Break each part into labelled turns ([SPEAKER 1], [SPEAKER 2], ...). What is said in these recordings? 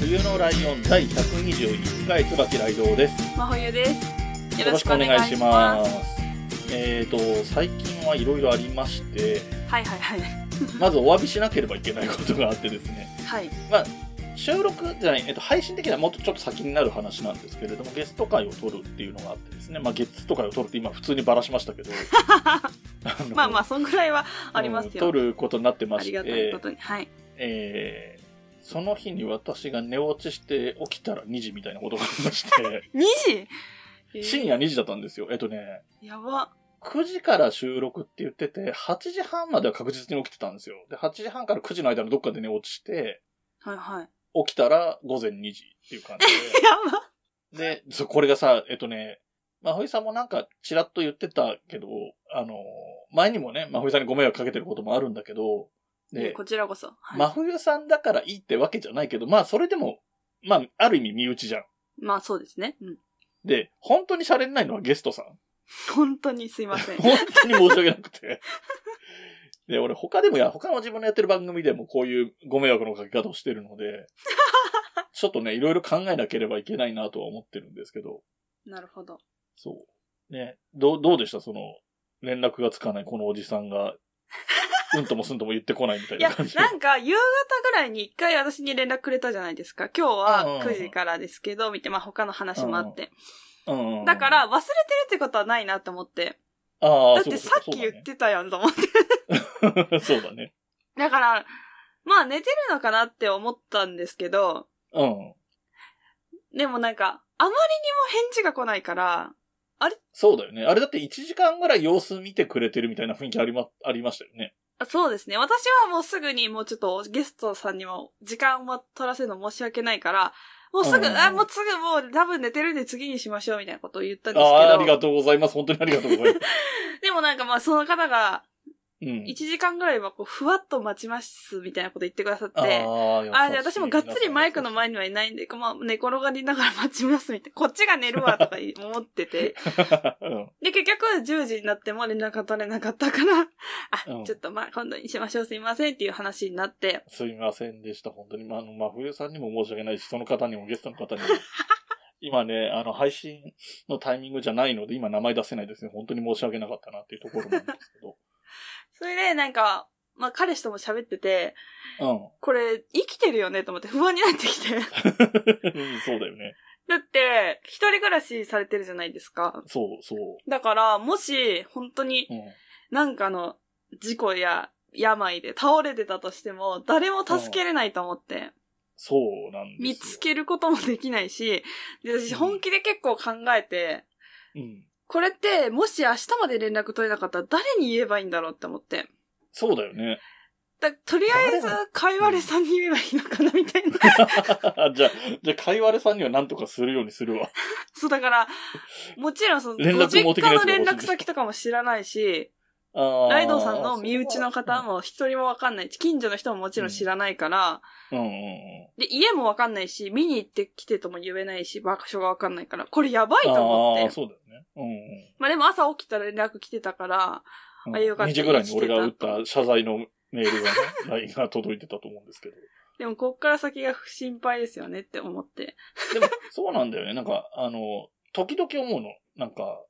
[SPEAKER 1] 冬のライオン第121回椿ライドウです。
[SPEAKER 2] 真冬ですよろしくお願いし
[SPEAKER 1] よろ
[SPEAKER 2] ま
[SPEAKER 1] し
[SPEAKER 2] す
[SPEAKER 1] くお願いします。えっ、と、最近はいろいろありまして、
[SPEAKER 2] はいはいはい
[SPEAKER 1] まずお詫びしなければいけないことがあってですね、
[SPEAKER 2] はい
[SPEAKER 1] 収録じゃない、えっと、配信的にはもっとちょっと先になる話なんですけれども、ゲスト会を撮るっていうのがあってですね、まあ、ゲスト会を撮るって今普通にばらしました けど、の
[SPEAKER 2] まあまあそんぐらいはあります
[SPEAKER 1] うん
[SPEAKER 2] よ、
[SPEAKER 1] 撮ることになってま
[SPEAKER 2] あり
[SPEAKER 1] し
[SPEAKER 2] がたい
[SPEAKER 1] て
[SPEAKER 2] こ、とにはい
[SPEAKER 1] えーその日に私が寝落ちして起きたら2時みたいなことがありまし
[SPEAKER 2] 2時、え
[SPEAKER 1] て、
[SPEAKER 2] ー
[SPEAKER 1] 深夜2時だったんですよ。えっとね、
[SPEAKER 2] やば
[SPEAKER 1] 9時から収録って言ってて、8時半までは確実に起きてたんですよ。で、8時半から9時の間のどっかで寝落ちして、
[SPEAKER 2] はいはい
[SPEAKER 1] 起きたら午前2時っていう感じ
[SPEAKER 2] やば
[SPEAKER 1] で。で、そこれがさ、えっとね、まほいさんもなんかちらっと言ってたけど、あの、前にもね、まほいさんにご迷惑かけてることもあるんだけど、
[SPEAKER 2] いやこちらこそ、はい
[SPEAKER 1] 真冬さんだからいいってわけじゃないけど、まあそれでも、まあある意味身内じゃん。
[SPEAKER 2] まあそうですねうん
[SPEAKER 1] で、本当にしゃれないのはゲストさん。
[SPEAKER 2] 本当にすいません
[SPEAKER 1] 本当に申し訳なくて。で、俺他でもや、他の自分のやってる番組でもこういうご迷惑のかけ方をしてるので、 ちょっとね、いろいろ考えなければいけないなとは思ってるんですけど、
[SPEAKER 2] なるほど
[SPEAKER 1] そう。ね、どう、どうでしたその、連絡がつかないこのおじさんが、うんともすんとも言ってこないみた い
[SPEAKER 2] い や
[SPEAKER 1] な感じで。
[SPEAKER 2] なんか夕方ぐらいに一回私に連絡くれたじゃないですか今日
[SPEAKER 1] うんう
[SPEAKER 2] は
[SPEAKER 1] んうん
[SPEAKER 2] 9時からですけどみたいな、まあ、他の話もあって
[SPEAKER 1] うんうん
[SPEAKER 2] だか、ら忘れてるってことはないなと思って。
[SPEAKER 1] ああ
[SPEAKER 2] だってさっき言ってたやんと思って。
[SPEAKER 1] そうだねそうだね。
[SPEAKER 2] だから、まあ寝てるのかなって思ったんですけど、
[SPEAKER 1] うん。
[SPEAKER 2] でもなんか、あまりにも返事が来ないから、
[SPEAKER 1] そうだよね。あれだって1時間ぐらい様子見てくれてるみたいな雰囲気ありま、ありましたよね。
[SPEAKER 2] あそうですね。私はもうすぐにもうちょっとゲストさんにも時間は取らせるの申し訳ないから、もうすぐ、
[SPEAKER 1] うん
[SPEAKER 2] あ、もうすぐもう多分寝てるんで次にしましょうみたいなことを言ったん
[SPEAKER 1] あ
[SPEAKER 2] です
[SPEAKER 1] あー、あり
[SPEAKER 2] けど
[SPEAKER 1] が、とうございます。本当にありがとうございます。
[SPEAKER 2] でもなんかまあその方が
[SPEAKER 1] うん
[SPEAKER 2] 1。時間ぐらいはこうふわっと待ちますみたいなこと言ってくださって、
[SPEAKER 1] あー
[SPEAKER 2] あ、で、私もがっつりマイクの前にはいないんで、まあ、寝転がりながら待ちますみたいな。こっちが寝るわとか思って て。
[SPEAKER 1] うん
[SPEAKER 2] で、結局10時になっても連絡が取れなかったから、あ、
[SPEAKER 1] うん
[SPEAKER 2] ちょっとまあ今度にしましょうすいませんっていう話になって、
[SPEAKER 1] すみませんでした。本当に。まあ、あの、真冬さんにも申し訳ないし、その方にも、ゲストの方にも。 今ね、あの、配信のタイミングじゃないので、今名前出せないですね。本当に申し訳なかったなっていうところなんですけど。
[SPEAKER 2] それでなんか、まあ彼氏とも喋ってて、
[SPEAKER 1] うん。
[SPEAKER 2] これ生きてるよねと思って不安になってき て。
[SPEAKER 1] うんそうだよね。
[SPEAKER 2] だって、一人暮らしされてるじゃないですか。
[SPEAKER 1] そう、そう。
[SPEAKER 2] だから、もし本当に
[SPEAKER 1] うん。
[SPEAKER 2] なんかの事故や病で倒れてたとしても、誰も助けれないと思って。
[SPEAKER 1] そうなんですよ。
[SPEAKER 2] 見つけることもできないし、で、私
[SPEAKER 1] うん
[SPEAKER 2] 本気で結構考えて、
[SPEAKER 1] うん。
[SPEAKER 2] これって、もし明日まで連絡取れなかったら誰に言えばいいんだろうって思って。
[SPEAKER 1] そうだよね。
[SPEAKER 2] だとりあえず
[SPEAKER 1] 誰、
[SPEAKER 2] かいわれさんに言えばいいのかな、みたいな。
[SPEAKER 1] じゃあ、じゃあ、かいわれさんには何とかするようにするわ。
[SPEAKER 2] そう、だから、もちろん、その、
[SPEAKER 1] 連
[SPEAKER 2] ご
[SPEAKER 1] 絡
[SPEAKER 2] 実
[SPEAKER 1] 網的な
[SPEAKER 2] 家
[SPEAKER 1] や
[SPEAKER 2] の
[SPEAKER 1] つが欲しい
[SPEAKER 2] 連絡先とかも知らないし、
[SPEAKER 1] あー
[SPEAKER 2] ライドウさんの身内の方。も一人もわかんないし、近所の人ももちろん知らないから、
[SPEAKER 1] うんうんうん。
[SPEAKER 2] で、家もわかんないし、見に行ってきてとも言えないし、場所がわかんないから、これやばいと思って
[SPEAKER 1] ああ、。そうだよね。うんうん
[SPEAKER 2] まあでも朝起きたら連絡来てたから、
[SPEAKER 1] うん。
[SPEAKER 2] あよかった
[SPEAKER 1] 2時ぐらいに俺が打った謝罪のメールがね、LINE が届いてたと思う んですけど。
[SPEAKER 2] でもこっから先が心配ですよねって思って。
[SPEAKER 1] でも、そうなんだよね。なんか、あの、時々思うの。なんか、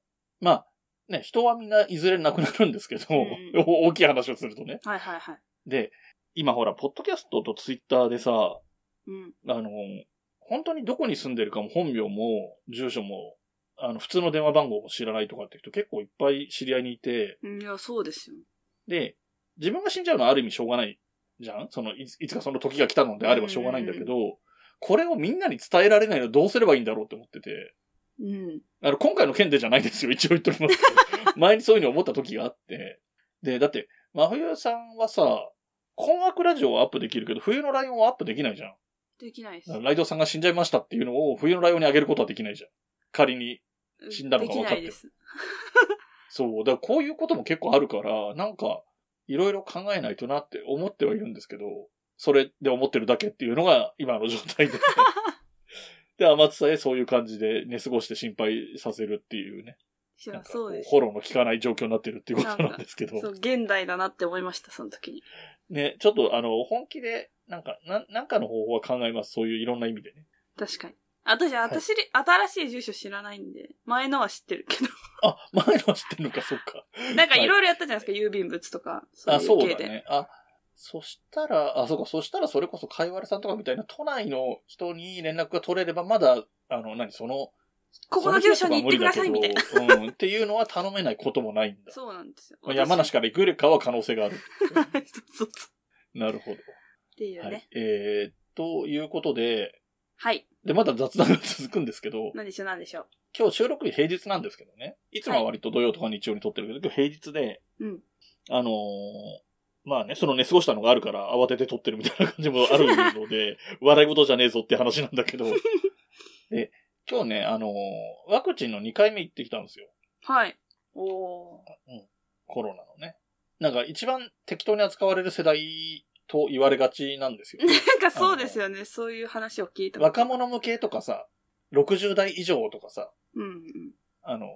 [SPEAKER 1] まあ、ね、人はみんないずれ亡くなるんですけど、
[SPEAKER 2] ん
[SPEAKER 1] 大きい話をするとね。
[SPEAKER 2] はいはいはい。
[SPEAKER 1] で、今ほら、ポッドキャストとツイッターでさ、
[SPEAKER 2] うん。
[SPEAKER 1] あの、本当にどこに住んでるかも本名も住所も、あの、普通の電話番号も知らないとかって人結構いっぱい知り合いにいて、
[SPEAKER 2] うんいや、そうですよ。
[SPEAKER 1] で、自分が死んじゃうのはある意味しょうがないじゃんそのいつ、いつかその時が来たのであればしょうがないんだけど、これをみんなに伝えられないのはどうすればいいんだろうって思ってて、
[SPEAKER 2] うん。
[SPEAKER 1] あの、今回の件でじゃないですよ、一応言っておりますけど。前にそういうふうに思った時があって。で、だって、真冬さんはさ、困惑ラジオはアップできるけど、冬のライオンはアップできないじゃん。
[SPEAKER 2] できないです
[SPEAKER 1] だか。らライドさんが死んじゃいましたっていうのを冬のライオンにあげることはできないじゃん。仮に。
[SPEAKER 2] う
[SPEAKER 1] 死んだのが分かってる
[SPEAKER 2] できない です。
[SPEAKER 1] そう。だからこういうことも結構あるから、なんか、いろいろ考えないとなって思ってはいるんですけど、それで思ってるだけっていうのが今の状 態で。で、天津さえそういう感じで寝過ごして心配させるっていうね。
[SPEAKER 2] い
[SPEAKER 1] なん
[SPEAKER 2] や、
[SPEAKER 1] かこ
[SPEAKER 2] そうです。
[SPEAKER 1] フォローの効かない状況になってるっていうことなんですけど。
[SPEAKER 2] そう、現代だなって思いました、その時に。
[SPEAKER 1] ね、ちょっとあの、本気で、なんか、なんなんかの方法は考えます。そういういろんな意味でね。
[SPEAKER 2] 確かに。私、私、新しい住所知らないんで、前のは知ってる け
[SPEAKER 1] あ、前のは知ってるのか、そっか。
[SPEAKER 2] ど。なんかいろいろやったじゃないですか、郵便物とか、そう
[SPEAKER 1] あ、そう
[SPEAKER 2] いう系
[SPEAKER 1] だ
[SPEAKER 2] で。
[SPEAKER 1] ね。あ、そしたら、あ、そうか、そしたらそれこそかいわれさんとかみたいな都内の人に連絡が取れれば、まだ、あの、何、その、
[SPEAKER 2] ここの住所に行ってください、みたいな。
[SPEAKER 1] その人とかは無理だけどうん、っていうのは頼めないこともないんだ。
[SPEAKER 2] そうなんですよ。
[SPEAKER 1] まあ山梨から行くよりかは可能性がある。
[SPEAKER 2] 私 そうそうそう。
[SPEAKER 1] なるほ
[SPEAKER 2] ってい
[SPEAKER 1] ど。
[SPEAKER 2] う
[SPEAKER 1] はい
[SPEAKER 2] ね。。
[SPEAKER 1] えー、ということで、
[SPEAKER 2] はい。
[SPEAKER 1] で、まだ雑談が続くんですけど、
[SPEAKER 2] 何でしょう、何でしょう。
[SPEAKER 1] 今日収録日平日なんですけどね。いつもは割と土曜とか日曜に撮ってるけど、今日平日で、
[SPEAKER 2] うん
[SPEAKER 1] あのーまあね、その寝過ごしたのがあるから慌てて撮ってるみたいな感じもあるので、笑い事じゃねえぞって話なんだけど。で、今日ね、あのーワクチンの2回目行ってきたんですよ。
[SPEAKER 2] はい。おー。
[SPEAKER 1] コロナのね。なんか一番適当に扱われる世代と言われがちな んですよ。
[SPEAKER 2] なんかそうですよね、そういう話を聞いたこと
[SPEAKER 1] 若者向けとかさ、60代以上とかさ、
[SPEAKER 2] うんうん。
[SPEAKER 1] あの、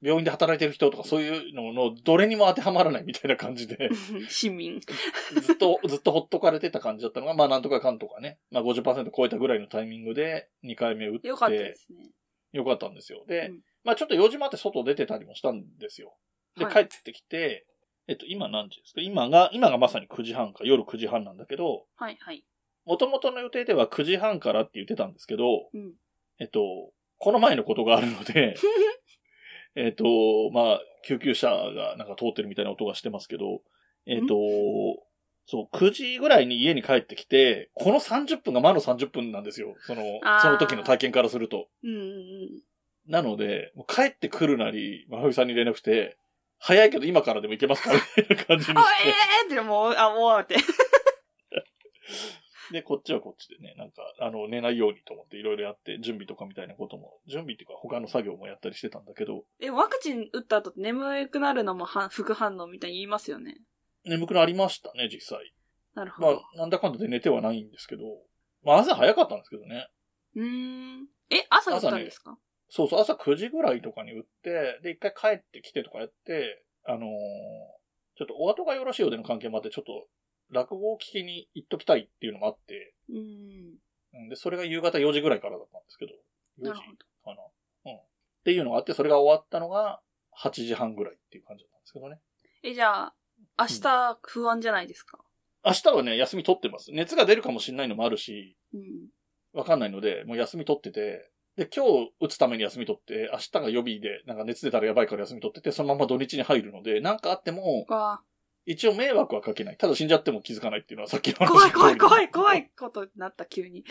[SPEAKER 1] 病院で働いてる人とかそういうののどれにも当てはまらないみたいな感じで、
[SPEAKER 2] 市民。
[SPEAKER 1] ずっと、ずっとほっとかれてた感じだったのが、まあなんとかかんとかね、まあ50%超えたぐらいのタイミングで2回目打って、
[SPEAKER 2] よかったですね。
[SPEAKER 1] よかったんですよ。で、
[SPEAKER 2] うん
[SPEAKER 1] まあちょっと用事もあって外出てたりもしたんですよ。で、
[SPEAKER 2] はい
[SPEAKER 1] 帰ってきて、えっと、今何時ですか今が、今がまさに9時半か、夜9時半なんだけど、
[SPEAKER 2] はいはい。
[SPEAKER 1] 元々の予定では9時半からって言ってたんですけど、
[SPEAKER 2] うん。
[SPEAKER 1] えっと、この前のことがあるの で、えっと、まあ、救急車がなんか通ってるみたいな音がしてますけど、えっと、そう、9時ぐらいに家に帰ってきて、この30分が魔の30分なんですよ。その
[SPEAKER 2] あ、ー
[SPEAKER 1] その時の体験からすると。
[SPEAKER 2] うんうん
[SPEAKER 1] なので、もう帰ってくるなり、まふみさんに連絡して、早いけど今からでも行けますかみたいな感じ
[SPEAKER 2] う
[SPEAKER 1] に
[SPEAKER 2] ん。あ、
[SPEAKER 1] して。
[SPEAKER 2] ええー、ってもう、あ、もうって。
[SPEAKER 1] で、こっちはこっちでね、なんか、あの、寝ないようにと思っていろいろやって、準備とかみたいなことも、準備っていうか他の作業もやったりしてたんだけど、
[SPEAKER 2] え、ワクチン打った後って眠くなるのもは副反応みたいに言いますよね。
[SPEAKER 1] 眠くなりましたね、実際。
[SPEAKER 2] なるほ
[SPEAKER 1] ま
[SPEAKER 2] ど。
[SPEAKER 1] あ、なんだかんだで寝てはないんですけど、まあ朝早かったんですけどね。
[SPEAKER 2] うーん。え、朝打ったんですか、
[SPEAKER 1] そうそう、朝9時ぐらいとかに打って、で、一回帰ってきてとかやって、あのーちょっとお後がよろしいようでの関係もあって、ちょっと落語を聞きに行っときたいっていうのもあって、
[SPEAKER 2] うーん。
[SPEAKER 1] うんで、それが夕方4時ぐらいからだったんですけど、
[SPEAKER 2] な
[SPEAKER 1] 4
[SPEAKER 2] る
[SPEAKER 1] 時
[SPEAKER 2] ほど。
[SPEAKER 1] かな。うん。っていうのがあって、それが終わったのが8時半ぐらいっていう感じだったんですけどね。
[SPEAKER 2] え、じゃあ、明日不安じゃないですか
[SPEAKER 1] 明日はね、休み取ってます。熱が出るかもしれないのもあるし、
[SPEAKER 2] うん。
[SPEAKER 1] わかんないので、もう休み取ってて、で、今日打つために休み取って、明日が予備で、なんか熱出たらやばいから休み取ってて、そのまま土日に入るので、なんかあっても、
[SPEAKER 2] わ
[SPEAKER 1] 一応迷惑はかけない。ただ死んじゃっても気づかないっていうのはさっきの
[SPEAKER 2] あ
[SPEAKER 1] 話
[SPEAKER 2] 怖い怖い怖い怖
[SPEAKER 1] い。
[SPEAKER 2] いことになった、急に。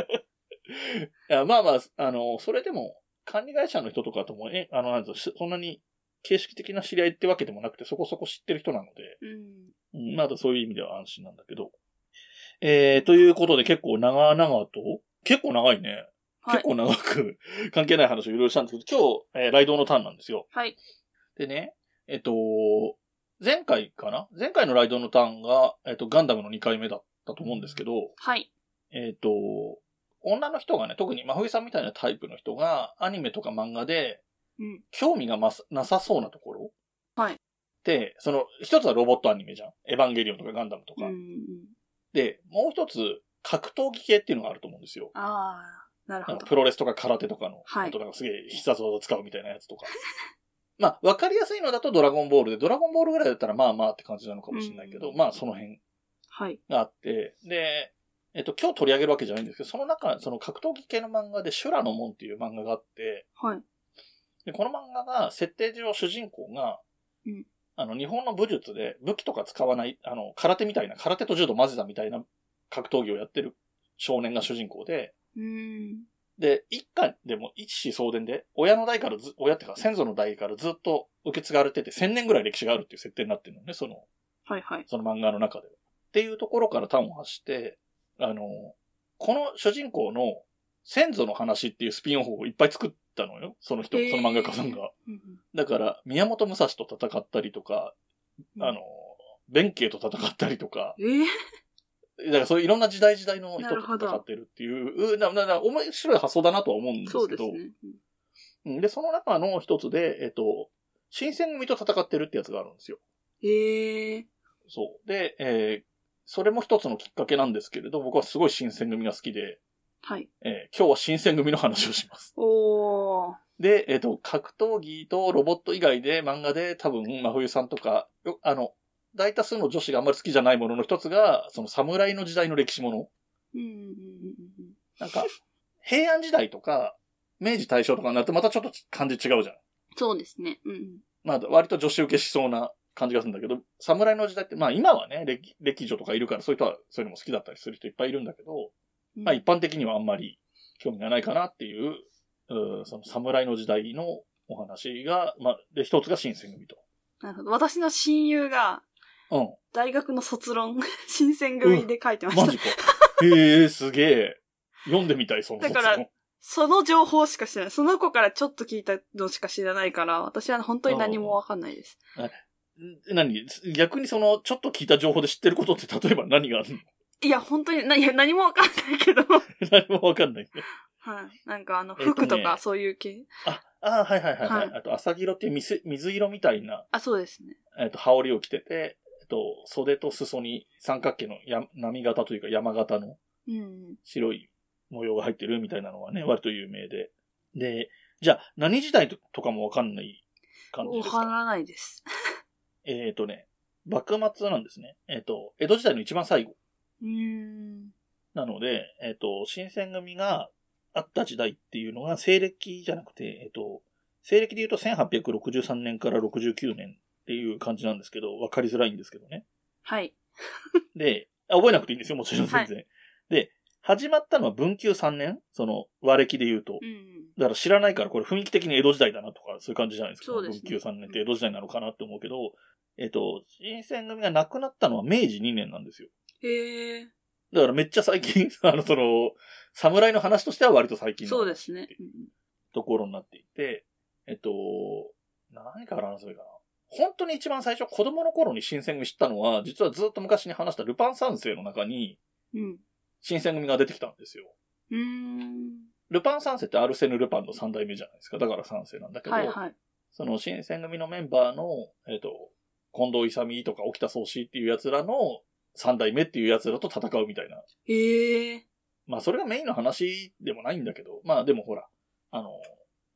[SPEAKER 1] いやまあまあ、あの、それでも、管理会社の人とかとも、え、あの、なんぞ、しそんなに形式的な知り合いってわけでもなくて、そこそこ知ってる人なので、
[SPEAKER 2] うん。
[SPEAKER 1] うん、まだそういう意味では安心なんだけど。えー、ということで結構長々と、結構長いね。
[SPEAKER 2] はい
[SPEAKER 1] 結構長く 関係ない話をいろいろしたんですけど、今日、えー、ライドのターンなんですよ。
[SPEAKER 2] はい。
[SPEAKER 1] でね、えっと、前回かな前回のライドのターンが、えっと、ガンダムの2回目だったと思うんですけど、
[SPEAKER 2] はい。
[SPEAKER 1] えっと、女の人がね、特に真冬さんみたいなタイプの人が、アニメとか漫画で、
[SPEAKER 2] うん。
[SPEAKER 1] 興味がまさなさそうなところ
[SPEAKER 2] はい。
[SPEAKER 1] で、その、一つはロボットアニメじゃん。エヴァンゲリオンとかガンダムと
[SPEAKER 2] うん
[SPEAKER 1] か。
[SPEAKER 2] うん。
[SPEAKER 1] で、もう一つ、格闘技系っていうのがあると思うんですよ。
[SPEAKER 2] ああ、なる
[SPEAKER 1] な
[SPEAKER 2] ほ
[SPEAKER 1] んか
[SPEAKER 2] ど。
[SPEAKER 1] プロレスとか空手とかの、
[SPEAKER 2] はい
[SPEAKER 1] あとなんかすげえ必殺技使うみたいなやつとか。まあ、わかりやすいのだとドラゴンボールで、ドラゴンボールぐらいだったらまあまあって感じなのかもしれないけど、
[SPEAKER 2] うん
[SPEAKER 1] まあその辺
[SPEAKER 2] はい。
[SPEAKER 1] があって、で、えっと、今日取り上げるわけじゃないんですけど、その中、その格闘技系の漫画で、修羅の門っていう漫画があって、
[SPEAKER 2] はい。
[SPEAKER 1] で、この漫画が、設定上主人公が、
[SPEAKER 2] うん
[SPEAKER 1] あの、日本の武術で武器とか使わない、あの、空手みたいな、空手と柔道混ぜたみたいな格闘技をやってる少年が主人公で、
[SPEAKER 2] うーん。
[SPEAKER 1] で、一家でも一子相伝で、親の代からず、親っていうか先祖の代からずっと受け継がれてて、千年ぐらい歴史があるっていう設定になってるのね、その、
[SPEAKER 2] はいはい。
[SPEAKER 1] その漫画の中では。っていうところから端を発して、あの、この主人公の先祖の話っていうスピンオフをいっぱい作ったのよ。その人、
[SPEAKER 2] へー
[SPEAKER 1] その漫画家さんが。
[SPEAKER 2] うん
[SPEAKER 1] だから、宮本武蔵と戦ったりとか、あの、弁慶と戦ったりとか、
[SPEAKER 2] うん。えー
[SPEAKER 1] だからそういういろんな時代時代の人
[SPEAKER 2] なるほ
[SPEAKER 1] と
[SPEAKER 2] ど
[SPEAKER 1] 戦ってるっていう、な、な、な、面白い発想だなとは思うんです
[SPEAKER 2] そう
[SPEAKER 1] け
[SPEAKER 2] です
[SPEAKER 1] ど、
[SPEAKER 2] ね。
[SPEAKER 1] うんで、その中の一つで、えっと、新選組と戦ってるってやつがあるんですよ。
[SPEAKER 2] ええ
[SPEAKER 1] そう。で、えーそれも一つのきっかけなんですけれど、僕はすごい新選組が好きで、
[SPEAKER 2] はい。
[SPEAKER 1] えー今日は新選組の話をします。
[SPEAKER 2] おー。
[SPEAKER 1] で、えっ、と、格闘技とロボット以外で漫画で多分、真冬さんとか、よあの、大多数の女子があんまり好きじゃないものの一つが、その侍の時代の歴史もの。
[SPEAKER 2] うんうんうん
[SPEAKER 1] なんか、 平安時代とか、明治大正とかになってまたちょっと感じ違うじゃん。
[SPEAKER 2] そうですね。うん。
[SPEAKER 1] まあ、割と女子受けしそうな感じがするんだけど、侍の時代って、まあ今はね、歴歴女とかいるから、そういう人は、そういうのも好きだったりする人いっぱいいるんだけど、まあ一般的にはあんまり興味がないかなっていう、うんその侍の時代のお話が、まあ、で、一つが新選組と。
[SPEAKER 2] なるほど。私の親友が、
[SPEAKER 1] うん。
[SPEAKER 2] 大学の卒論、 新選組で書いてました。
[SPEAKER 1] マジか。へえ、すげえ。読んでみたい、その
[SPEAKER 2] だから
[SPEAKER 1] その
[SPEAKER 2] その情報しか知らない。その子からちょっと聞いたのしか知らないから、私は本当に何もわかんないです。
[SPEAKER 1] ん何逆にその、ちょっと聞いた情報で知ってることって、例えば何があるの
[SPEAKER 2] いや、本当に、ないや何もわかんないけど。
[SPEAKER 1] 何もわかんない。
[SPEAKER 2] はい。なんかあの、
[SPEAKER 1] えっとね
[SPEAKER 2] 服とかそういう系。
[SPEAKER 1] あ、あはいはいはい、は。
[SPEAKER 2] はい
[SPEAKER 1] あと、朝色っていう水水色みたいな、
[SPEAKER 2] あ、そうですね。
[SPEAKER 1] えっ、と、羽織を着てて、えっと、袖と裾に三角形のや波形というか山形の
[SPEAKER 2] うん。
[SPEAKER 1] 白い模様が入ってるみたいなのはね、割と有名で。で、じゃあ、何時代ととかもわかんない感じ
[SPEAKER 2] わ
[SPEAKER 1] です
[SPEAKER 2] か
[SPEAKER 1] から
[SPEAKER 2] ないです。
[SPEAKER 1] えっ、とね、幕末なんですね。えっ、と、江戸時代の一番最後。
[SPEAKER 2] うーん。
[SPEAKER 1] なので、えっ、と、新選組があった時代っていうのが、西暦じゃなくて、えっ、と、西暦で言うと1863年から69年っていう感じなんですけど、わかりづらいんですけどね。
[SPEAKER 2] はい。
[SPEAKER 1] で、あ覚えなくていいんですよ、もちろん全然。で、始まったのは文久3年その、和暦で言うと。
[SPEAKER 2] うん。
[SPEAKER 1] だから知らないから、これ雰囲気的に江戸時代だなとか、そういう感じじゃないですか。
[SPEAKER 2] そうですね
[SPEAKER 1] 文久3年って江戸時代なのかなって思うけど、えっと、新選組が亡くなったのは明治2年なんですよ。
[SPEAKER 2] へえ。
[SPEAKER 1] だからめっちゃ最 近、あの、その、侍の話としては割と最近
[SPEAKER 2] そう
[SPEAKER 1] の
[SPEAKER 2] ですね。
[SPEAKER 1] ところになっていて、えっと、何から話せばいいかな。本当に一番最初、子供の頃に新選組知ったのは、実はずっと昔に話したルパン三世の中に、
[SPEAKER 2] うん。
[SPEAKER 1] 新選組が出てきたんですよ。
[SPEAKER 2] うん。うーん。
[SPEAKER 1] ルパン三世ってアルセヌ・ルパンの三代目じゃないですか。だから三世なんだけど、
[SPEAKER 2] はいはい。
[SPEAKER 1] その新選組のメンバーの、えっと、近藤勇とか沖田総司っていう奴らの三代目っていう奴らと戦うみたいな
[SPEAKER 2] へえ。
[SPEAKER 1] まあそれがメインの話でもないんだけど、まあでもほら、あの、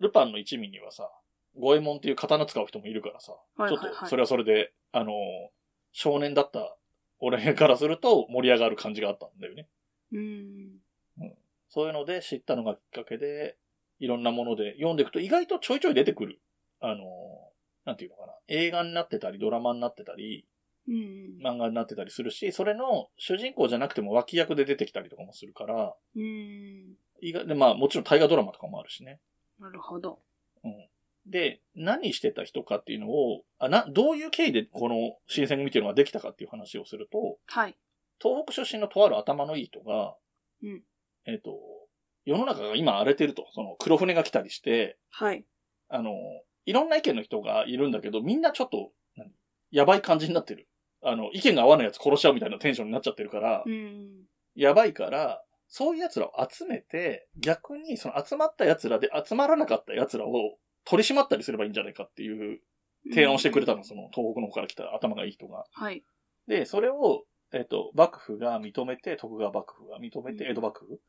[SPEAKER 1] ルパンの一味にはさ、五右衛門っていう刀使う人もいるからさ、
[SPEAKER 2] はいはい
[SPEAKER 1] ちょっ
[SPEAKER 2] は
[SPEAKER 1] と
[SPEAKER 2] い
[SPEAKER 1] そ。れはそれで、あの、少年だった俺からすると盛り上がる感じがあったんだよね。
[SPEAKER 2] うん。
[SPEAKER 1] そういうので知ったのがきっかけで、いろんなもので読んでいくと意外とちょいちょい出てくる。あの、なんていうのかな。映画になってたり、ドラマになってたり、
[SPEAKER 2] うん。
[SPEAKER 1] 漫画になってたりするし、それの主人公じゃなくても脇役で出てきたりとかもするから、
[SPEAKER 2] うん。
[SPEAKER 1] 意外で、まあもちろん大河ドラマとかもあるしね。
[SPEAKER 2] なるほど。
[SPEAKER 1] で、何してた人かっていうのを、あなどういう経緯でこの新選組っていうのができたかっていう話をすると、
[SPEAKER 2] はい。
[SPEAKER 1] 東北出身のとある頭のいい人が、
[SPEAKER 2] うん
[SPEAKER 1] えっ、と、世の中が今荒れてると、その黒船が来たりして、
[SPEAKER 2] はい。
[SPEAKER 1] あの、いろんな意見の人がいるんだけど、みんなちょっと、何やばい感じになってる。あの、意見が合わないやつ殺しちゃうみたいなテンションになっちゃってるから、
[SPEAKER 2] うん。
[SPEAKER 1] やばいから、そういう奴らを集めて、逆にその集まった奴らで集まらなかった奴らを取り締まったりすればいいんじゃないかっていう提案をしてくれたの、その東北の方から来た頭がいい人が。
[SPEAKER 2] はい。
[SPEAKER 1] で、それを、えっ、と、幕府が認めて、徳川幕府が認めて、
[SPEAKER 2] うん
[SPEAKER 1] 江戸幕府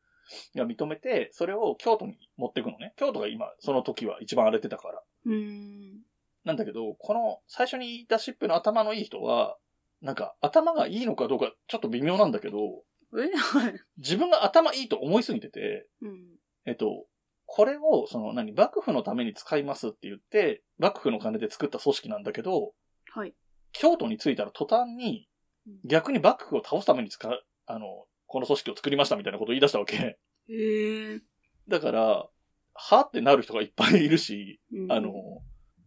[SPEAKER 1] が認めて、それを京都に持っていくのね。京都が今、その時は一番荒れてたから。
[SPEAKER 2] うん。
[SPEAKER 1] なんだけど、この最初に言い出しっぺの頭のいい人は、なんか頭がいいのかどうかちょっと微妙なんだけど、
[SPEAKER 2] えはい。
[SPEAKER 1] 自分が頭いいと思いすぎてて、
[SPEAKER 2] うん。
[SPEAKER 1] えっと、これを、その何、幕府のために使いますって言って、幕府の金で作った組織なんだけど、
[SPEAKER 2] はい。
[SPEAKER 1] 京都に着いたら途端に
[SPEAKER 2] うん、
[SPEAKER 1] 逆に幕府を倒すために使う、あの、この組織を作りましたみたいなことを言い出したわけ。
[SPEAKER 2] へえ。
[SPEAKER 1] だから、はってなる人がいっぱいいるし、
[SPEAKER 2] うん
[SPEAKER 1] あの、、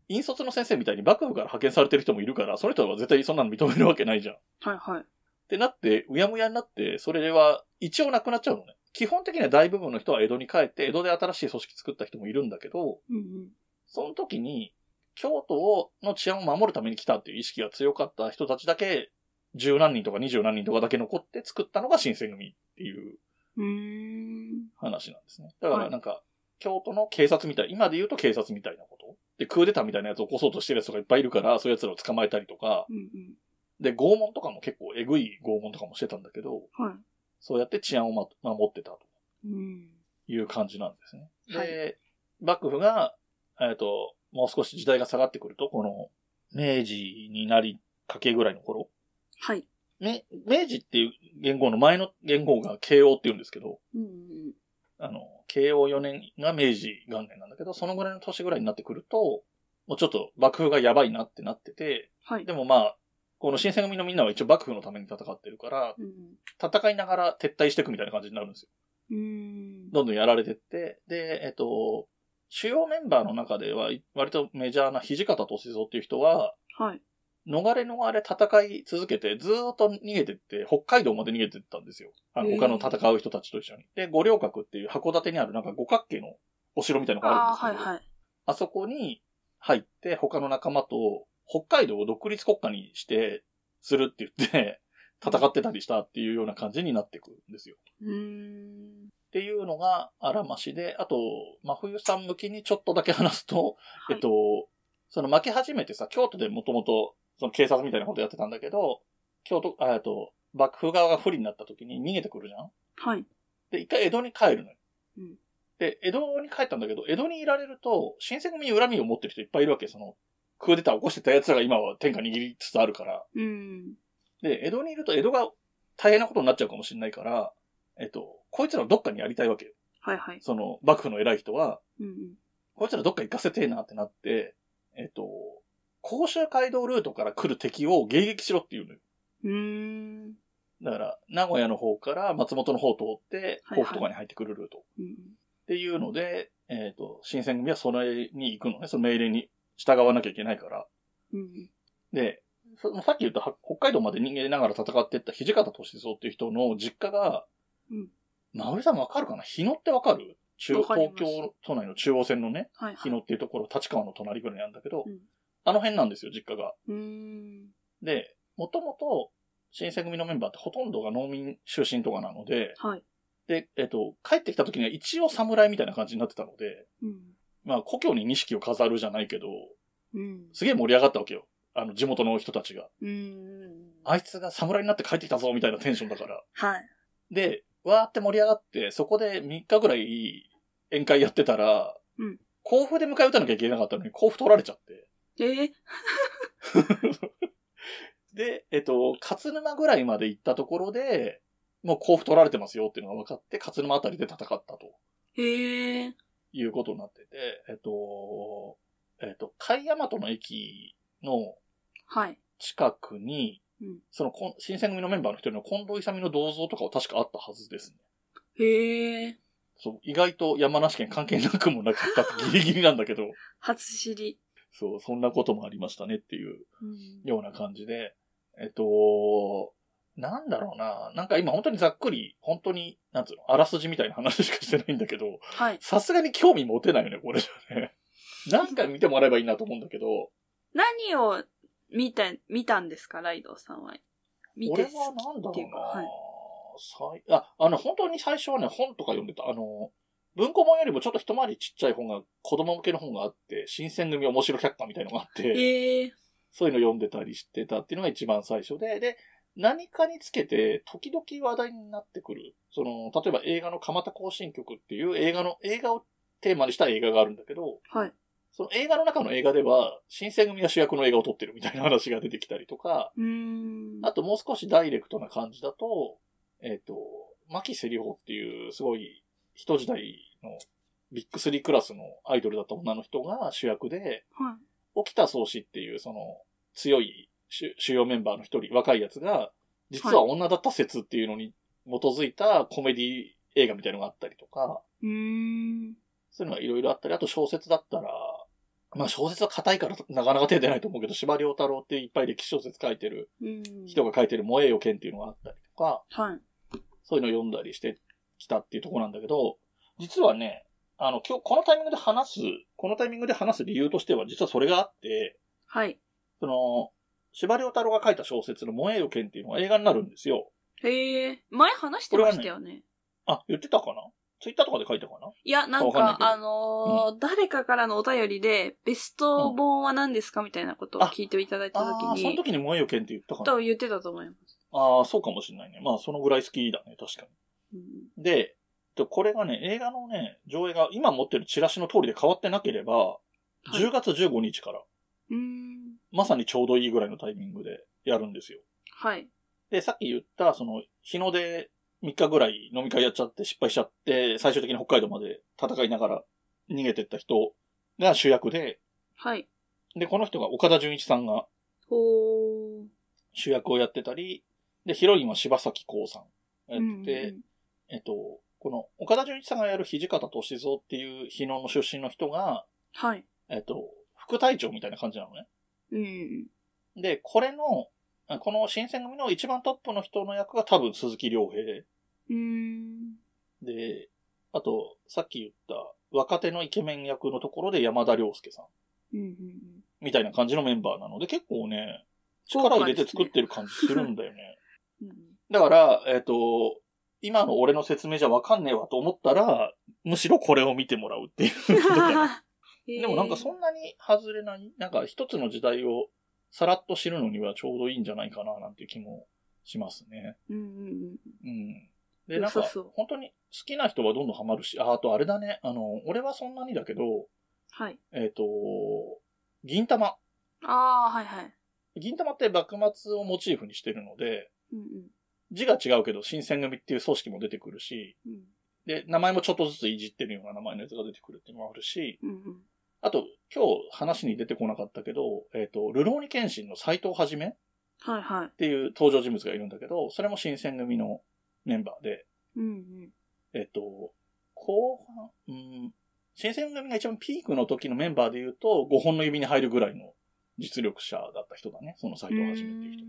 [SPEAKER 1] 引率の先生みたいに幕府から派遣されてる人もいるから、その人は絶対そんなの認めるわけないじゃん。
[SPEAKER 2] はいはい。
[SPEAKER 1] ってなって、うやむやになって、それは一応なくなっちゃうのね。基本的には大部分の人は江戸に帰って、江戸で新しい組織作った人もいるんだけど、
[SPEAKER 2] うんうん。
[SPEAKER 1] その時に、京都をの治安を守るために来たっていう意識が強かった人たちだけ、十何人とか二十何人とかだけ残って作ったのが新選組っていう
[SPEAKER 2] うーん。
[SPEAKER 1] 話なんですね。だからなんか、京都の警察みたい、今で言うと警察みたいなこと。で、クーデターみたいなやつを起こそうとしてるやつとかいっぱいいるから、そういうやつらを捕まえたりとか、
[SPEAKER 2] うんうん。
[SPEAKER 1] で、拷問とかも結構えぐい拷問とかもしてたんだけど、
[SPEAKER 2] はい。
[SPEAKER 1] そうやって治安をま守ってたと
[SPEAKER 2] うん。
[SPEAKER 1] いう感じなんですね。で、
[SPEAKER 2] は
[SPEAKER 1] 幕府が、えっ、と、もう少し時代が下がってくると、この、明治になりかけぐらいの頃、
[SPEAKER 2] はい。
[SPEAKER 1] ね、明治っていう元号の前の元号が慶応って言うんですけど、
[SPEAKER 2] うんうん。
[SPEAKER 1] あの、慶応4年が明治元年なんだけど、そのぐらいの年ぐらいになってくると、もうちょっと幕府がやばいなってなってて、
[SPEAKER 2] はい。
[SPEAKER 1] でもまあ、この新選組のみんなは一応幕府のために戦ってるから、
[SPEAKER 2] うん
[SPEAKER 1] 戦いながら撤退していくみたいな感じになるんですよ。
[SPEAKER 2] うん。うーん。
[SPEAKER 1] どんどんやられてって、で、えっと、主要メンバーの中では、い割とメジャーな土方歳三っていう人は、
[SPEAKER 2] はい。
[SPEAKER 1] 逃れ逃れ戦い続けて、ずーっと逃げてって、北海道まで逃げてったんですよ。あの、
[SPEAKER 2] へー
[SPEAKER 1] 他の戦う人たちと一緒に。で、五稜郭っていう函館にあるなんか五角形のお城みたいなのがあ
[SPEAKER 2] ああ、
[SPEAKER 1] るんですけ
[SPEAKER 2] はいは
[SPEAKER 1] ど、
[SPEAKER 2] い。
[SPEAKER 1] あそこに入って、他の仲間と、北海道を独立国家にして、するって言って、戦ってたりしたっていうような感じになってくるんですよ。
[SPEAKER 2] うーん。
[SPEAKER 1] っていうのがあらましで、あと、真冬さん向きにちょっとだけ話すと、
[SPEAKER 2] はい
[SPEAKER 1] えっと、その負け始めてさ、京都でもともと、その警察みたいなことやってたんだけど、京都、あえっと、幕府側が不利になった時に逃げてくるじゃん
[SPEAKER 2] はい。
[SPEAKER 1] で、一回江戸に帰るのよ。
[SPEAKER 2] うん
[SPEAKER 1] で、江戸に帰ったんだけど、江戸にいられると、新選組に恨みを持ってる人いっぱいいるわけ。その、クーデターを起こしてた奴らが今は天下握りつつあるから。
[SPEAKER 2] うん。
[SPEAKER 1] で、江戸にいると江戸が大変なことになっちゃうかもしれないから、えっと、こいつらをどっかにやりたいわけよ。
[SPEAKER 2] はいはい。
[SPEAKER 1] その、幕府の偉い人は、
[SPEAKER 2] うんうん。
[SPEAKER 1] こいつらどっか行かせてえなってなって、えっと、甲州街道ルートから来る敵を迎撃しろっていうのよ。
[SPEAKER 2] うーん。
[SPEAKER 1] だから、名古屋の方から松本の方通って、
[SPEAKER 2] はいはい
[SPEAKER 1] 甲府とかに入ってくるルート。
[SPEAKER 2] うん
[SPEAKER 1] っていうので、えっ、と、新選組はそれに行くのね。その命令に従わなきゃいけないから。
[SPEAKER 2] うん。
[SPEAKER 1] で、そさっき言ったは北海道まで逃げながら戦ってった土方歳三っていう人の実家が、
[SPEAKER 2] うん
[SPEAKER 1] まおりさんわかるかな日野ってわかる中
[SPEAKER 2] わかりま
[SPEAKER 1] 東
[SPEAKER 2] す
[SPEAKER 1] 京都内の中央線のね、
[SPEAKER 2] はいは
[SPEAKER 1] 日
[SPEAKER 2] い。
[SPEAKER 1] 野っていうところ、立川の隣ぐらいなんだけど、
[SPEAKER 2] うん
[SPEAKER 1] あの辺なんですよ、実家が。
[SPEAKER 2] うーん。
[SPEAKER 1] で、もともと、新選組のメンバーってほとんどが農民出身とかなので、
[SPEAKER 2] はい。
[SPEAKER 1] で、えっと、帰ってきた時には一応侍みたいな感じになってたので、
[SPEAKER 2] うん。
[SPEAKER 1] まあ、故郷に錦を飾るじゃないけど、
[SPEAKER 2] うん。
[SPEAKER 1] すげえ盛り上がったわけよ。あの、地元の人たちが。
[SPEAKER 2] うん。
[SPEAKER 1] あいつが侍になって帰ってきたぞ、みたいなテンションだから。
[SPEAKER 2] はい。
[SPEAKER 1] で、わーって盛り上がって、そこで3日ぐらい宴会やってたら、
[SPEAKER 2] うん
[SPEAKER 1] 甲府で迎え撃たなきゃいけなかったのに、甲府取られちゃって。
[SPEAKER 2] ええ
[SPEAKER 1] で、えっと、勝沼ぐらいまで行ったところで、もう甲府取られてますよっていうのが分かって、勝沼あたりで戦ったと
[SPEAKER 2] ええ
[SPEAKER 1] いうことになってて、えっと、えっと、海大和の駅の
[SPEAKER 2] はい。
[SPEAKER 1] 近くに、
[SPEAKER 2] うん
[SPEAKER 1] そのこん新選組のメンバーの一人の近藤勇の銅像とかは確かあったはずですね。
[SPEAKER 2] ええ
[SPEAKER 1] そう、意外と山梨県関係なくもなかったってギリギリなんだけど、
[SPEAKER 2] 初知り。
[SPEAKER 1] そう、そんなこともありましたねっていう
[SPEAKER 2] うん。
[SPEAKER 1] ような感じで、えっと、なんだろうな、なんか今本当にざっくり、本当に、なんつうの、あらすじみたいな話しかしてないんだけど、
[SPEAKER 2] はい。
[SPEAKER 1] さすがに興味持てないよね、これじゃね。何回見てもらえばいいなと思うんだけど、
[SPEAKER 2] 何を見た、見たんですか、ライドウさんは。見
[SPEAKER 1] 俺
[SPEAKER 2] て
[SPEAKER 1] はなんだ
[SPEAKER 2] 好
[SPEAKER 1] ろ
[SPEAKER 2] きっていう
[SPEAKER 1] う
[SPEAKER 2] か。
[SPEAKER 1] な、
[SPEAKER 2] はい。
[SPEAKER 1] さいあ、あの、本当に最初はね、本とか読んでた。あの、文庫本よりもちょっと一回りちっちゃい本が、子供向けの本があって、新選組面白百科みたいのがあって、
[SPEAKER 2] ええ
[SPEAKER 1] そういうの読んでたりしてたっていうのが一番最初で、で、何かにつけて時々話題になってくる。その、例えば映画の蒲田行進曲っていう映画の、映画をテーマにした映画があるんだけど、
[SPEAKER 2] はい。
[SPEAKER 1] その映画の中の映画では、新選組が主役の映画を撮ってるみたいな話が出てきたりとか、
[SPEAKER 2] うーん。
[SPEAKER 1] あともう少しダイレクトな感じだと、えっ、と、牧瀬里穂っていうすごい人時代のビッグスリークラスのアイドルだった女の人が主役で、
[SPEAKER 2] は
[SPEAKER 1] 沖田総司っていうその強い主主要メンバーの一人、若いやつが、実は女だった説っていうのに基づいたコメディ映画みたいのがあったりとか、
[SPEAKER 2] い。うーん。
[SPEAKER 1] そういうのがいろいろあったり、あと小説だったら、まあ小説は硬いからなかなか手出ないと思うけど、司馬遼太郎っていっぱい歴史小説書いてる
[SPEAKER 2] うん。
[SPEAKER 1] 人が書いてる萌えよ剣っていうのがあったりとか、
[SPEAKER 2] はい。
[SPEAKER 1] そういうのを読んだりしてきたっていうところなんだけど、実はね、あの、今日このタイミングで話す、このタイミングで話す理由としては実はそれがあって、
[SPEAKER 2] はい。
[SPEAKER 1] その、司馬遼太郎が書いた小説の萌えよ剣っていうのが映画になるんですよ。
[SPEAKER 2] へえ。前話してましたよね。
[SPEAKER 1] あ、言ってたかなツイッターとかで書いたかない
[SPEAKER 2] や、なん
[SPEAKER 1] わ
[SPEAKER 2] か、
[SPEAKER 1] かんないけど
[SPEAKER 2] あのー誰かからのお便りで、ベスト本は何ですかみたいなことを聞いていただいたと
[SPEAKER 1] ああー、
[SPEAKER 2] き
[SPEAKER 1] その
[SPEAKER 2] に、
[SPEAKER 1] 時に萌えよ剣って言ったかな
[SPEAKER 2] と言ってたと思います。
[SPEAKER 1] ああ、そうかもしんないね。まあ、そのぐらい好きだね、確かに。
[SPEAKER 2] うん
[SPEAKER 1] で、とこれがね、映画のね、上映が今持ってるチラシの通りで変わってなければ、
[SPEAKER 2] い
[SPEAKER 1] 10月15日から、
[SPEAKER 2] うーん。
[SPEAKER 1] まさにちょうどいいぐらいのタイミングでやるんですよ。
[SPEAKER 2] はい。
[SPEAKER 1] で、さっき言った、その、日の出3日ぐらい飲み会やっちゃって失敗しちゃって、最終的に北海道まで戦いながら逃げてった人が主役で、
[SPEAKER 2] はい。
[SPEAKER 1] で、この人が岡田准一さんが
[SPEAKER 2] ほー。
[SPEAKER 1] 主役をやってたり、で、ヒロインは柴咲コウさんがやってて、
[SPEAKER 2] うん
[SPEAKER 1] えっと、この岡田准一さんがやる土方歳三っていう日野の出身の人が、
[SPEAKER 2] はい。
[SPEAKER 1] えっと、副隊長みたいな感じなのね。
[SPEAKER 2] うん。
[SPEAKER 1] で、これの、あこの新選組の一番トップの人の役が多分鈴木亮平。
[SPEAKER 2] うーん。
[SPEAKER 1] で、あと、さっき言った若手のイケメン役のところで山田涼介さん
[SPEAKER 2] うんうんうん。
[SPEAKER 1] みたいな感じのメンバーなので、結構ね、力を入れて作ってる感じするんだよね。
[SPEAKER 2] うん
[SPEAKER 1] だから、えっ、と、今の俺の説明じゃわかんねえわと思ったら、むしろこれを見てもらうっていうことだねでもなんかそんなに外れない、なんか一つの時代をさらっと知るのにはちょうどいいんじゃないかななんていう気もしますね。
[SPEAKER 2] うんうんうん。
[SPEAKER 1] うん。で、なんか
[SPEAKER 2] 良さそう
[SPEAKER 1] 本当に好きな人はどんどんハマるし、あ、あとあれだね、あの、俺はそんなにだけど、
[SPEAKER 2] はい。
[SPEAKER 1] えっ、と、銀玉。
[SPEAKER 2] あー、はいはい。
[SPEAKER 1] 銀玉って幕末をモチーフにしてるので、
[SPEAKER 2] うん
[SPEAKER 1] 字が違うけど新選組っていう組織も出てくるし、
[SPEAKER 2] うん。
[SPEAKER 1] で、名前もちょっとずついじってるような名前のやつが出てくるっていうのもあるし、
[SPEAKER 2] うんうん。
[SPEAKER 1] あと、今日話に出てこなかったけど、えっ、と、ルローニケンシンの斎藤はじめっ
[SPEAKER 2] はいは
[SPEAKER 1] ていう登場人物がいるんだけど、それも新選組のメンバーで、
[SPEAKER 2] い。うんうん。
[SPEAKER 1] えっ、と、後半、うん、新選組が一番ピークの時のメンバーで言うと、5本の指に入るぐらいの実力者だった人だね、その斎藤はじめっていう人。っ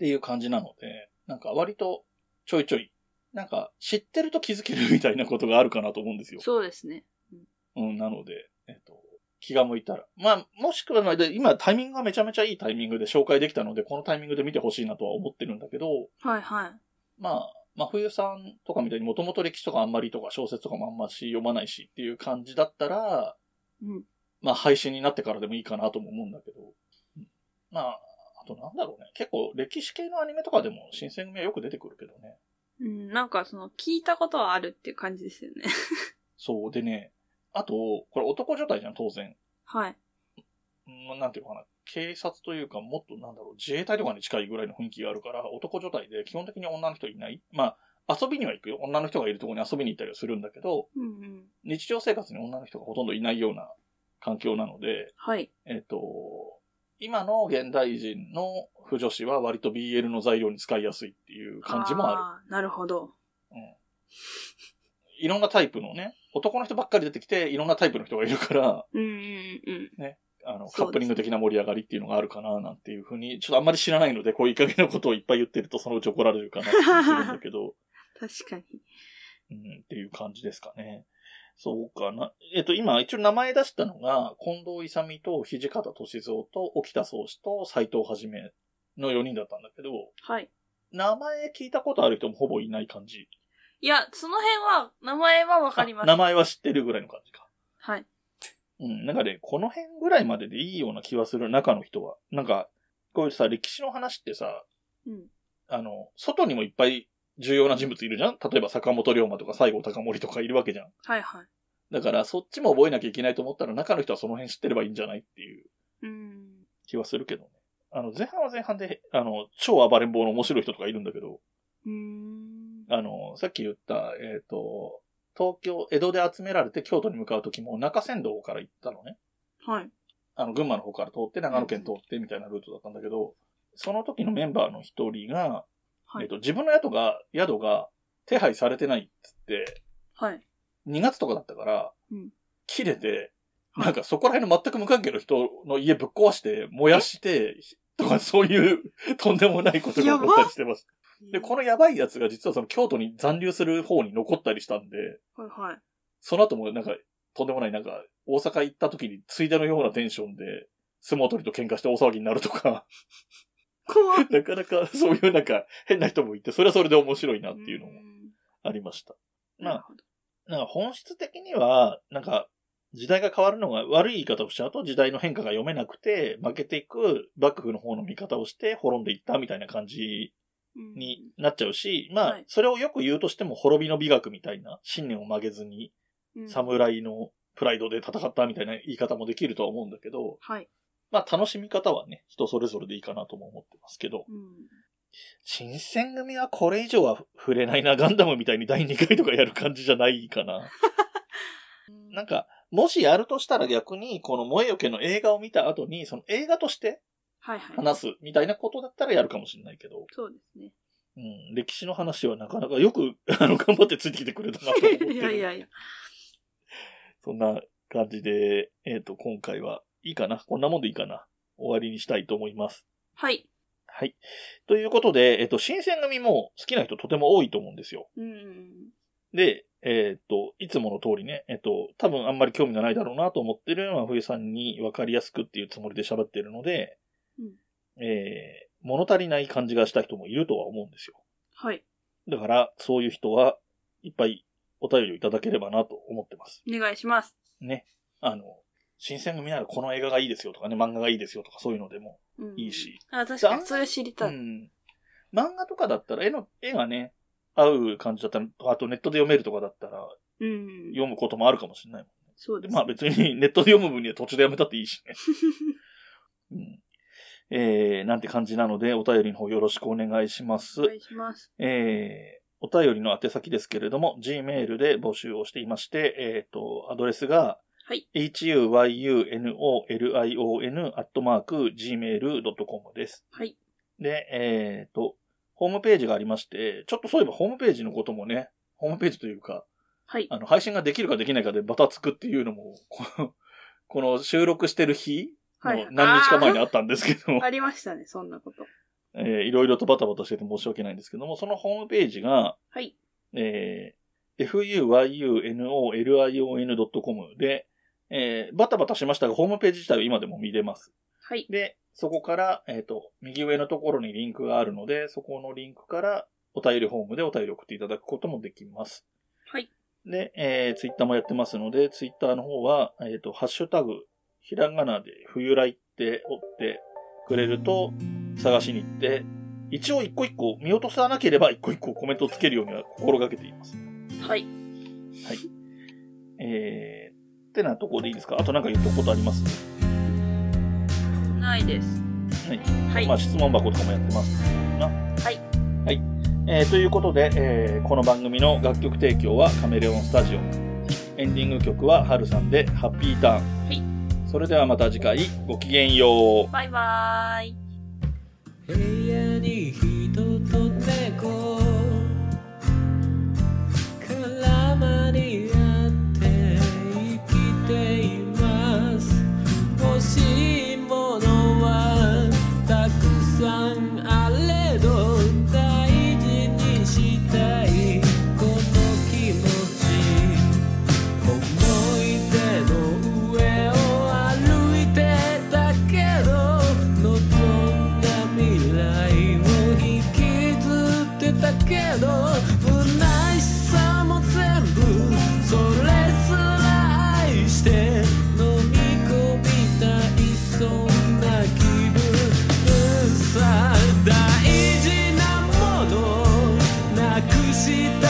[SPEAKER 1] ていう感じなので、なんか割とちょいちょい、なんか知ってると気づけるみたいなことがあるかなと思うんですよ。
[SPEAKER 2] そうですね。
[SPEAKER 1] うん、なので、えっと、気が向いたら。まあ、もしくは、で今タイミングがめちゃめちゃいいタイミングで紹介できたので、このタイミングで見てほしいなとは思ってるんだけど、
[SPEAKER 2] はいはい。
[SPEAKER 1] まあ、真冬さんとかみたいにもともと歴史とかあんまりとか小説とかもあんまし読まないしっていう感じだったら、
[SPEAKER 2] うん
[SPEAKER 1] まあ配信になってからでもいいかなとも思うんだけど、うんまあ、あとなんだろうね。結構歴史系のアニメとかでも新選組はよく出てくるけどね。
[SPEAKER 2] うん、なんかその、聞いたことはあるっていう感じですよ ね。
[SPEAKER 1] そう。でね、あと、これ男女体じゃん、当然。
[SPEAKER 2] はい。
[SPEAKER 1] うんなんていうのかな。警察というか、もっとなんだろう、自衛隊とかに近いぐらいの雰囲気があるから、男女体で基本的に女の人いない。まあ、遊びには行くよ。女の人がいるところに遊びに行ったりはするんだけど、
[SPEAKER 2] うんうん。
[SPEAKER 1] 日常生活に女の人がほとんどいないような環境なので、
[SPEAKER 2] はい。
[SPEAKER 1] えっ、と、今の現代人の不女子は割と BL の材料に使いやすいっていう感じもある。
[SPEAKER 2] る。なるほど。
[SPEAKER 1] いろんなタイプのね、男の人ばっかり出てきて、いろんなタイプの人がいるから、
[SPEAKER 2] うんうんうん。
[SPEAKER 1] あの、
[SPEAKER 2] そ
[SPEAKER 1] カ
[SPEAKER 2] うですね
[SPEAKER 1] ップリング的な盛り上がりっていうのがあるかな、なんていうふうに、ちょっとあんまり知らないので、こういういい加減なことをいっぱい言ってると、そのうち怒られるか なって気がするんだけど、
[SPEAKER 2] 確かに。
[SPEAKER 1] うん、っていう感じですかね。そうかな。えっと、今、一応名前出したのが、近藤勇と土方歳三と沖田総司と斎藤はじめの4人だったんだけど、
[SPEAKER 2] はい。
[SPEAKER 1] 名前聞いたことある人もほぼいない感じ。
[SPEAKER 2] いや、その辺は、名前はわかりま
[SPEAKER 1] あ
[SPEAKER 2] す。
[SPEAKER 1] 名前は知ってるぐらいの感じか。
[SPEAKER 2] はい。
[SPEAKER 1] うん、なんかね、この辺ぐらいまででいいような気はする、中の人は。なんか、こういうさ、歴史の話ってさ、
[SPEAKER 2] うん。
[SPEAKER 1] あの、外にもいっぱい重要な人物いるじゃん例えば坂本龍馬とか西郷隆盛とかいるわけじゃん。
[SPEAKER 2] はいはい。
[SPEAKER 1] だから、そっちも覚えなきゃいけないと思ったら、中の人はその辺知ってればいいんじゃないっていう
[SPEAKER 2] うん。
[SPEAKER 1] 気はするけどね。あの、前半は前半で、あの、超暴れん坊の面白い人とかいるんだけど、
[SPEAKER 2] うーん。
[SPEAKER 1] あの、さっき言った、えっ、と、東京、江戸で集められて京都に向かう時も中山道から行ったのね。
[SPEAKER 2] はい。
[SPEAKER 1] あの、群馬の方から通って、長野県通ってみたいなルートだったんだけど、その時のメンバーの一人が、
[SPEAKER 2] は
[SPEAKER 1] えっ
[SPEAKER 2] い。
[SPEAKER 1] と、自分の宿が、宿が手配されてないっつって、
[SPEAKER 2] はい。
[SPEAKER 1] 2月とかだったから、
[SPEAKER 2] うん
[SPEAKER 1] 切れて、なんかそこら辺の全く無関係の人の家ぶっ壊して、燃やして、とかそういうとんでもないことが起こったりしてます。で、このやばいやつが実はその京都に残留する方に残ったりしたんで、
[SPEAKER 2] はいはい。
[SPEAKER 1] その後もなんか、とんでもない、なんか、大阪行った時についでのようなテンションで、相撲取りと喧嘩して大騒ぎになるとか、
[SPEAKER 2] 怖い。
[SPEAKER 1] なかなかそういうなんか変な人もいて、それはそれで面白いなっていうのも
[SPEAKER 2] ん
[SPEAKER 1] ありました。まあ
[SPEAKER 2] なるほど。
[SPEAKER 1] なんか本質的には、なんか、時代が変わるのが悪い言い方をしちゃうと時代の変化が読めなくて負けていく幕府の方の見方をして滅んでいったみたいな感じ
[SPEAKER 2] うん
[SPEAKER 1] になっちゃうし、ま
[SPEAKER 2] は
[SPEAKER 1] あ
[SPEAKER 2] い
[SPEAKER 1] それをよく言うとしても滅びの美学みたいな信念を曲げずに
[SPEAKER 2] うん
[SPEAKER 1] 侍のプライドで戦ったみたいな言い方もできるとは思うんだけど、
[SPEAKER 2] はい。
[SPEAKER 1] まあ楽しみ方はね、人それぞれでいいかなとも思ってますけど、
[SPEAKER 2] うん
[SPEAKER 1] 新選組はこれ以上は触れないな、ガンダムみたいに第2回とかやる感じじゃない かな。なんか、もしやるとしたら逆に、この萌えよけの映画を見た後に、その映画として
[SPEAKER 2] はいはい。
[SPEAKER 1] 話すみたいなことだったらやるかもしれないけど、
[SPEAKER 2] そうですね。
[SPEAKER 1] うん、歴史の話はなかなかよく、あの、頑張ってついてきてくれたなと思って る。
[SPEAKER 2] いやいやいや。
[SPEAKER 1] そんな感じで、えっ、と、今回はいいかなこんなもんでいいかな終わりにしたいと思います。
[SPEAKER 2] はい。
[SPEAKER 1] はい。ということで、えっ、と、新選組も好きな人とても多いと思うんですよ。
[SPEAKER 2] うん。
[SPEAKER 1] で、えっ、と、いつもの通りね、えっ、と、多分あんまり興味がないだろうなと思ってるのは、冬さんに分かりやすくっていうつもりで喋ってるので、
[SPEAKER 2] うん
[SPEAKER 1] えー物足りない感じがした人もいるとは思うんですよ。
[SPEAKER 2] はい。
[SPEAKER 1] だから、そういう人はいっぱいお便りをいただければなと思ってます。
[SPEAKER 2] お願いします。
[SPEAKER 1] あの、新選組ならこの映画がいいですよとかね、漫画がいいですよとかそういうのでも
[SPEAKER 2] うん
[SPEAKER 1] いい。し。
[SPEAKER 2] あ、確かに、それ知り
[SPEAKER 1] う
[SPEAKER 2] たい。
[SPEAKER 1] ん。漫画とかだったら、絵の、絵がね、合う感じだったら、あとネットで読めるとかだったら、
[SPEAKER 2] うん。
[SPEAKER 1] 読むこともあるかもしれないもんね。
[SPEAKER 2] そうで。
[SPEAKER 1] ですまあ別にネットで読む分には途中でやめたっていいしね。うん。えー、なんて感じなので、お便りの方よろしくお願いします
[SPEAKER 2] お。願いします。
[SPEAKER 1] えーお便りの宛先ですけれども、Gmail で募集をしていまして、えっ、と、アドレスが、
[SPEAKER 2] はい、
[SPEAKER 1] huyunolion.gmail.com です。
[SPEAKER 2] はい。
[SPEAKER 1] で、えっ、と、ホームページがありまして、ちょっとそういえばホームページのこともね、ホームページというか、
[SPEAKER 2] はい。
[SPEAKER 1] あの、配信ができるかできないかでバタつくっていうのも、 この、この収録してる日の
[SPEAKER 2] はい
[SPEAKER 1] 何日か前にあったんですけど、
[SPEAKER 2] ありましたね、そんなこと。
[SPEAKER 1] えーいろいろとバタバタしてて申し訳ないんですけども、そのホームページが、
[SPEAKER 2] はい。
[SPEAKER 1] えー fuyunolion.com で、えーバタバタしましたが、ホームページ自体は今でも見れます。
[SPEAKER 2] はい。
[SPEAKER 1] で、そこから、えっ、と、右上のところにリンクがあるので、そこのリンクからお便りフォームでお便りを送っていただくこともできます。
[SPEAKER 2] はい。
[SPEAKER 1] で、えー、ツイッターもやってますので、ツイッターの方は、えっ、と、ハッシュタグ、ひらがなで冬来って追ってくれると、探しに行って、一応一個一個見落とさなければ一個一個コメントをつけるようには心がけています。
[SPEAKER 2] はい。
[SPEAKER 1] えー、ってなとこでいいですかあとなんか言っとくことあります
[SPEAKER 2] ないです。
[SPEAKER 1] はい。
[SPEAKER 2] はい。。
[SPEAKER 1] まあ質問箱とかもやってますな。はいはい。えーということで、えーこの番組の楽曲提供はカメレオンスタジオ。エンディング曲はハルさんでハッピーターン。
[SPEAKER 2] はい。
[SPEAKER 1] それではまた次回、ごきげんよう。
[SPEAKER 2] バイバーイ。
[SPEAKER 3] 部屋に人と猫絡まり合って生きています欲しいものはたくさんあれど大事にしたいこの気持ち「思い出の上を歩いてたけど」「望んだ未来を引きずってたけど」「不悔しさも全部それすら愛して」「飲み込みたいそんな気分」「さあ大事なものなくした」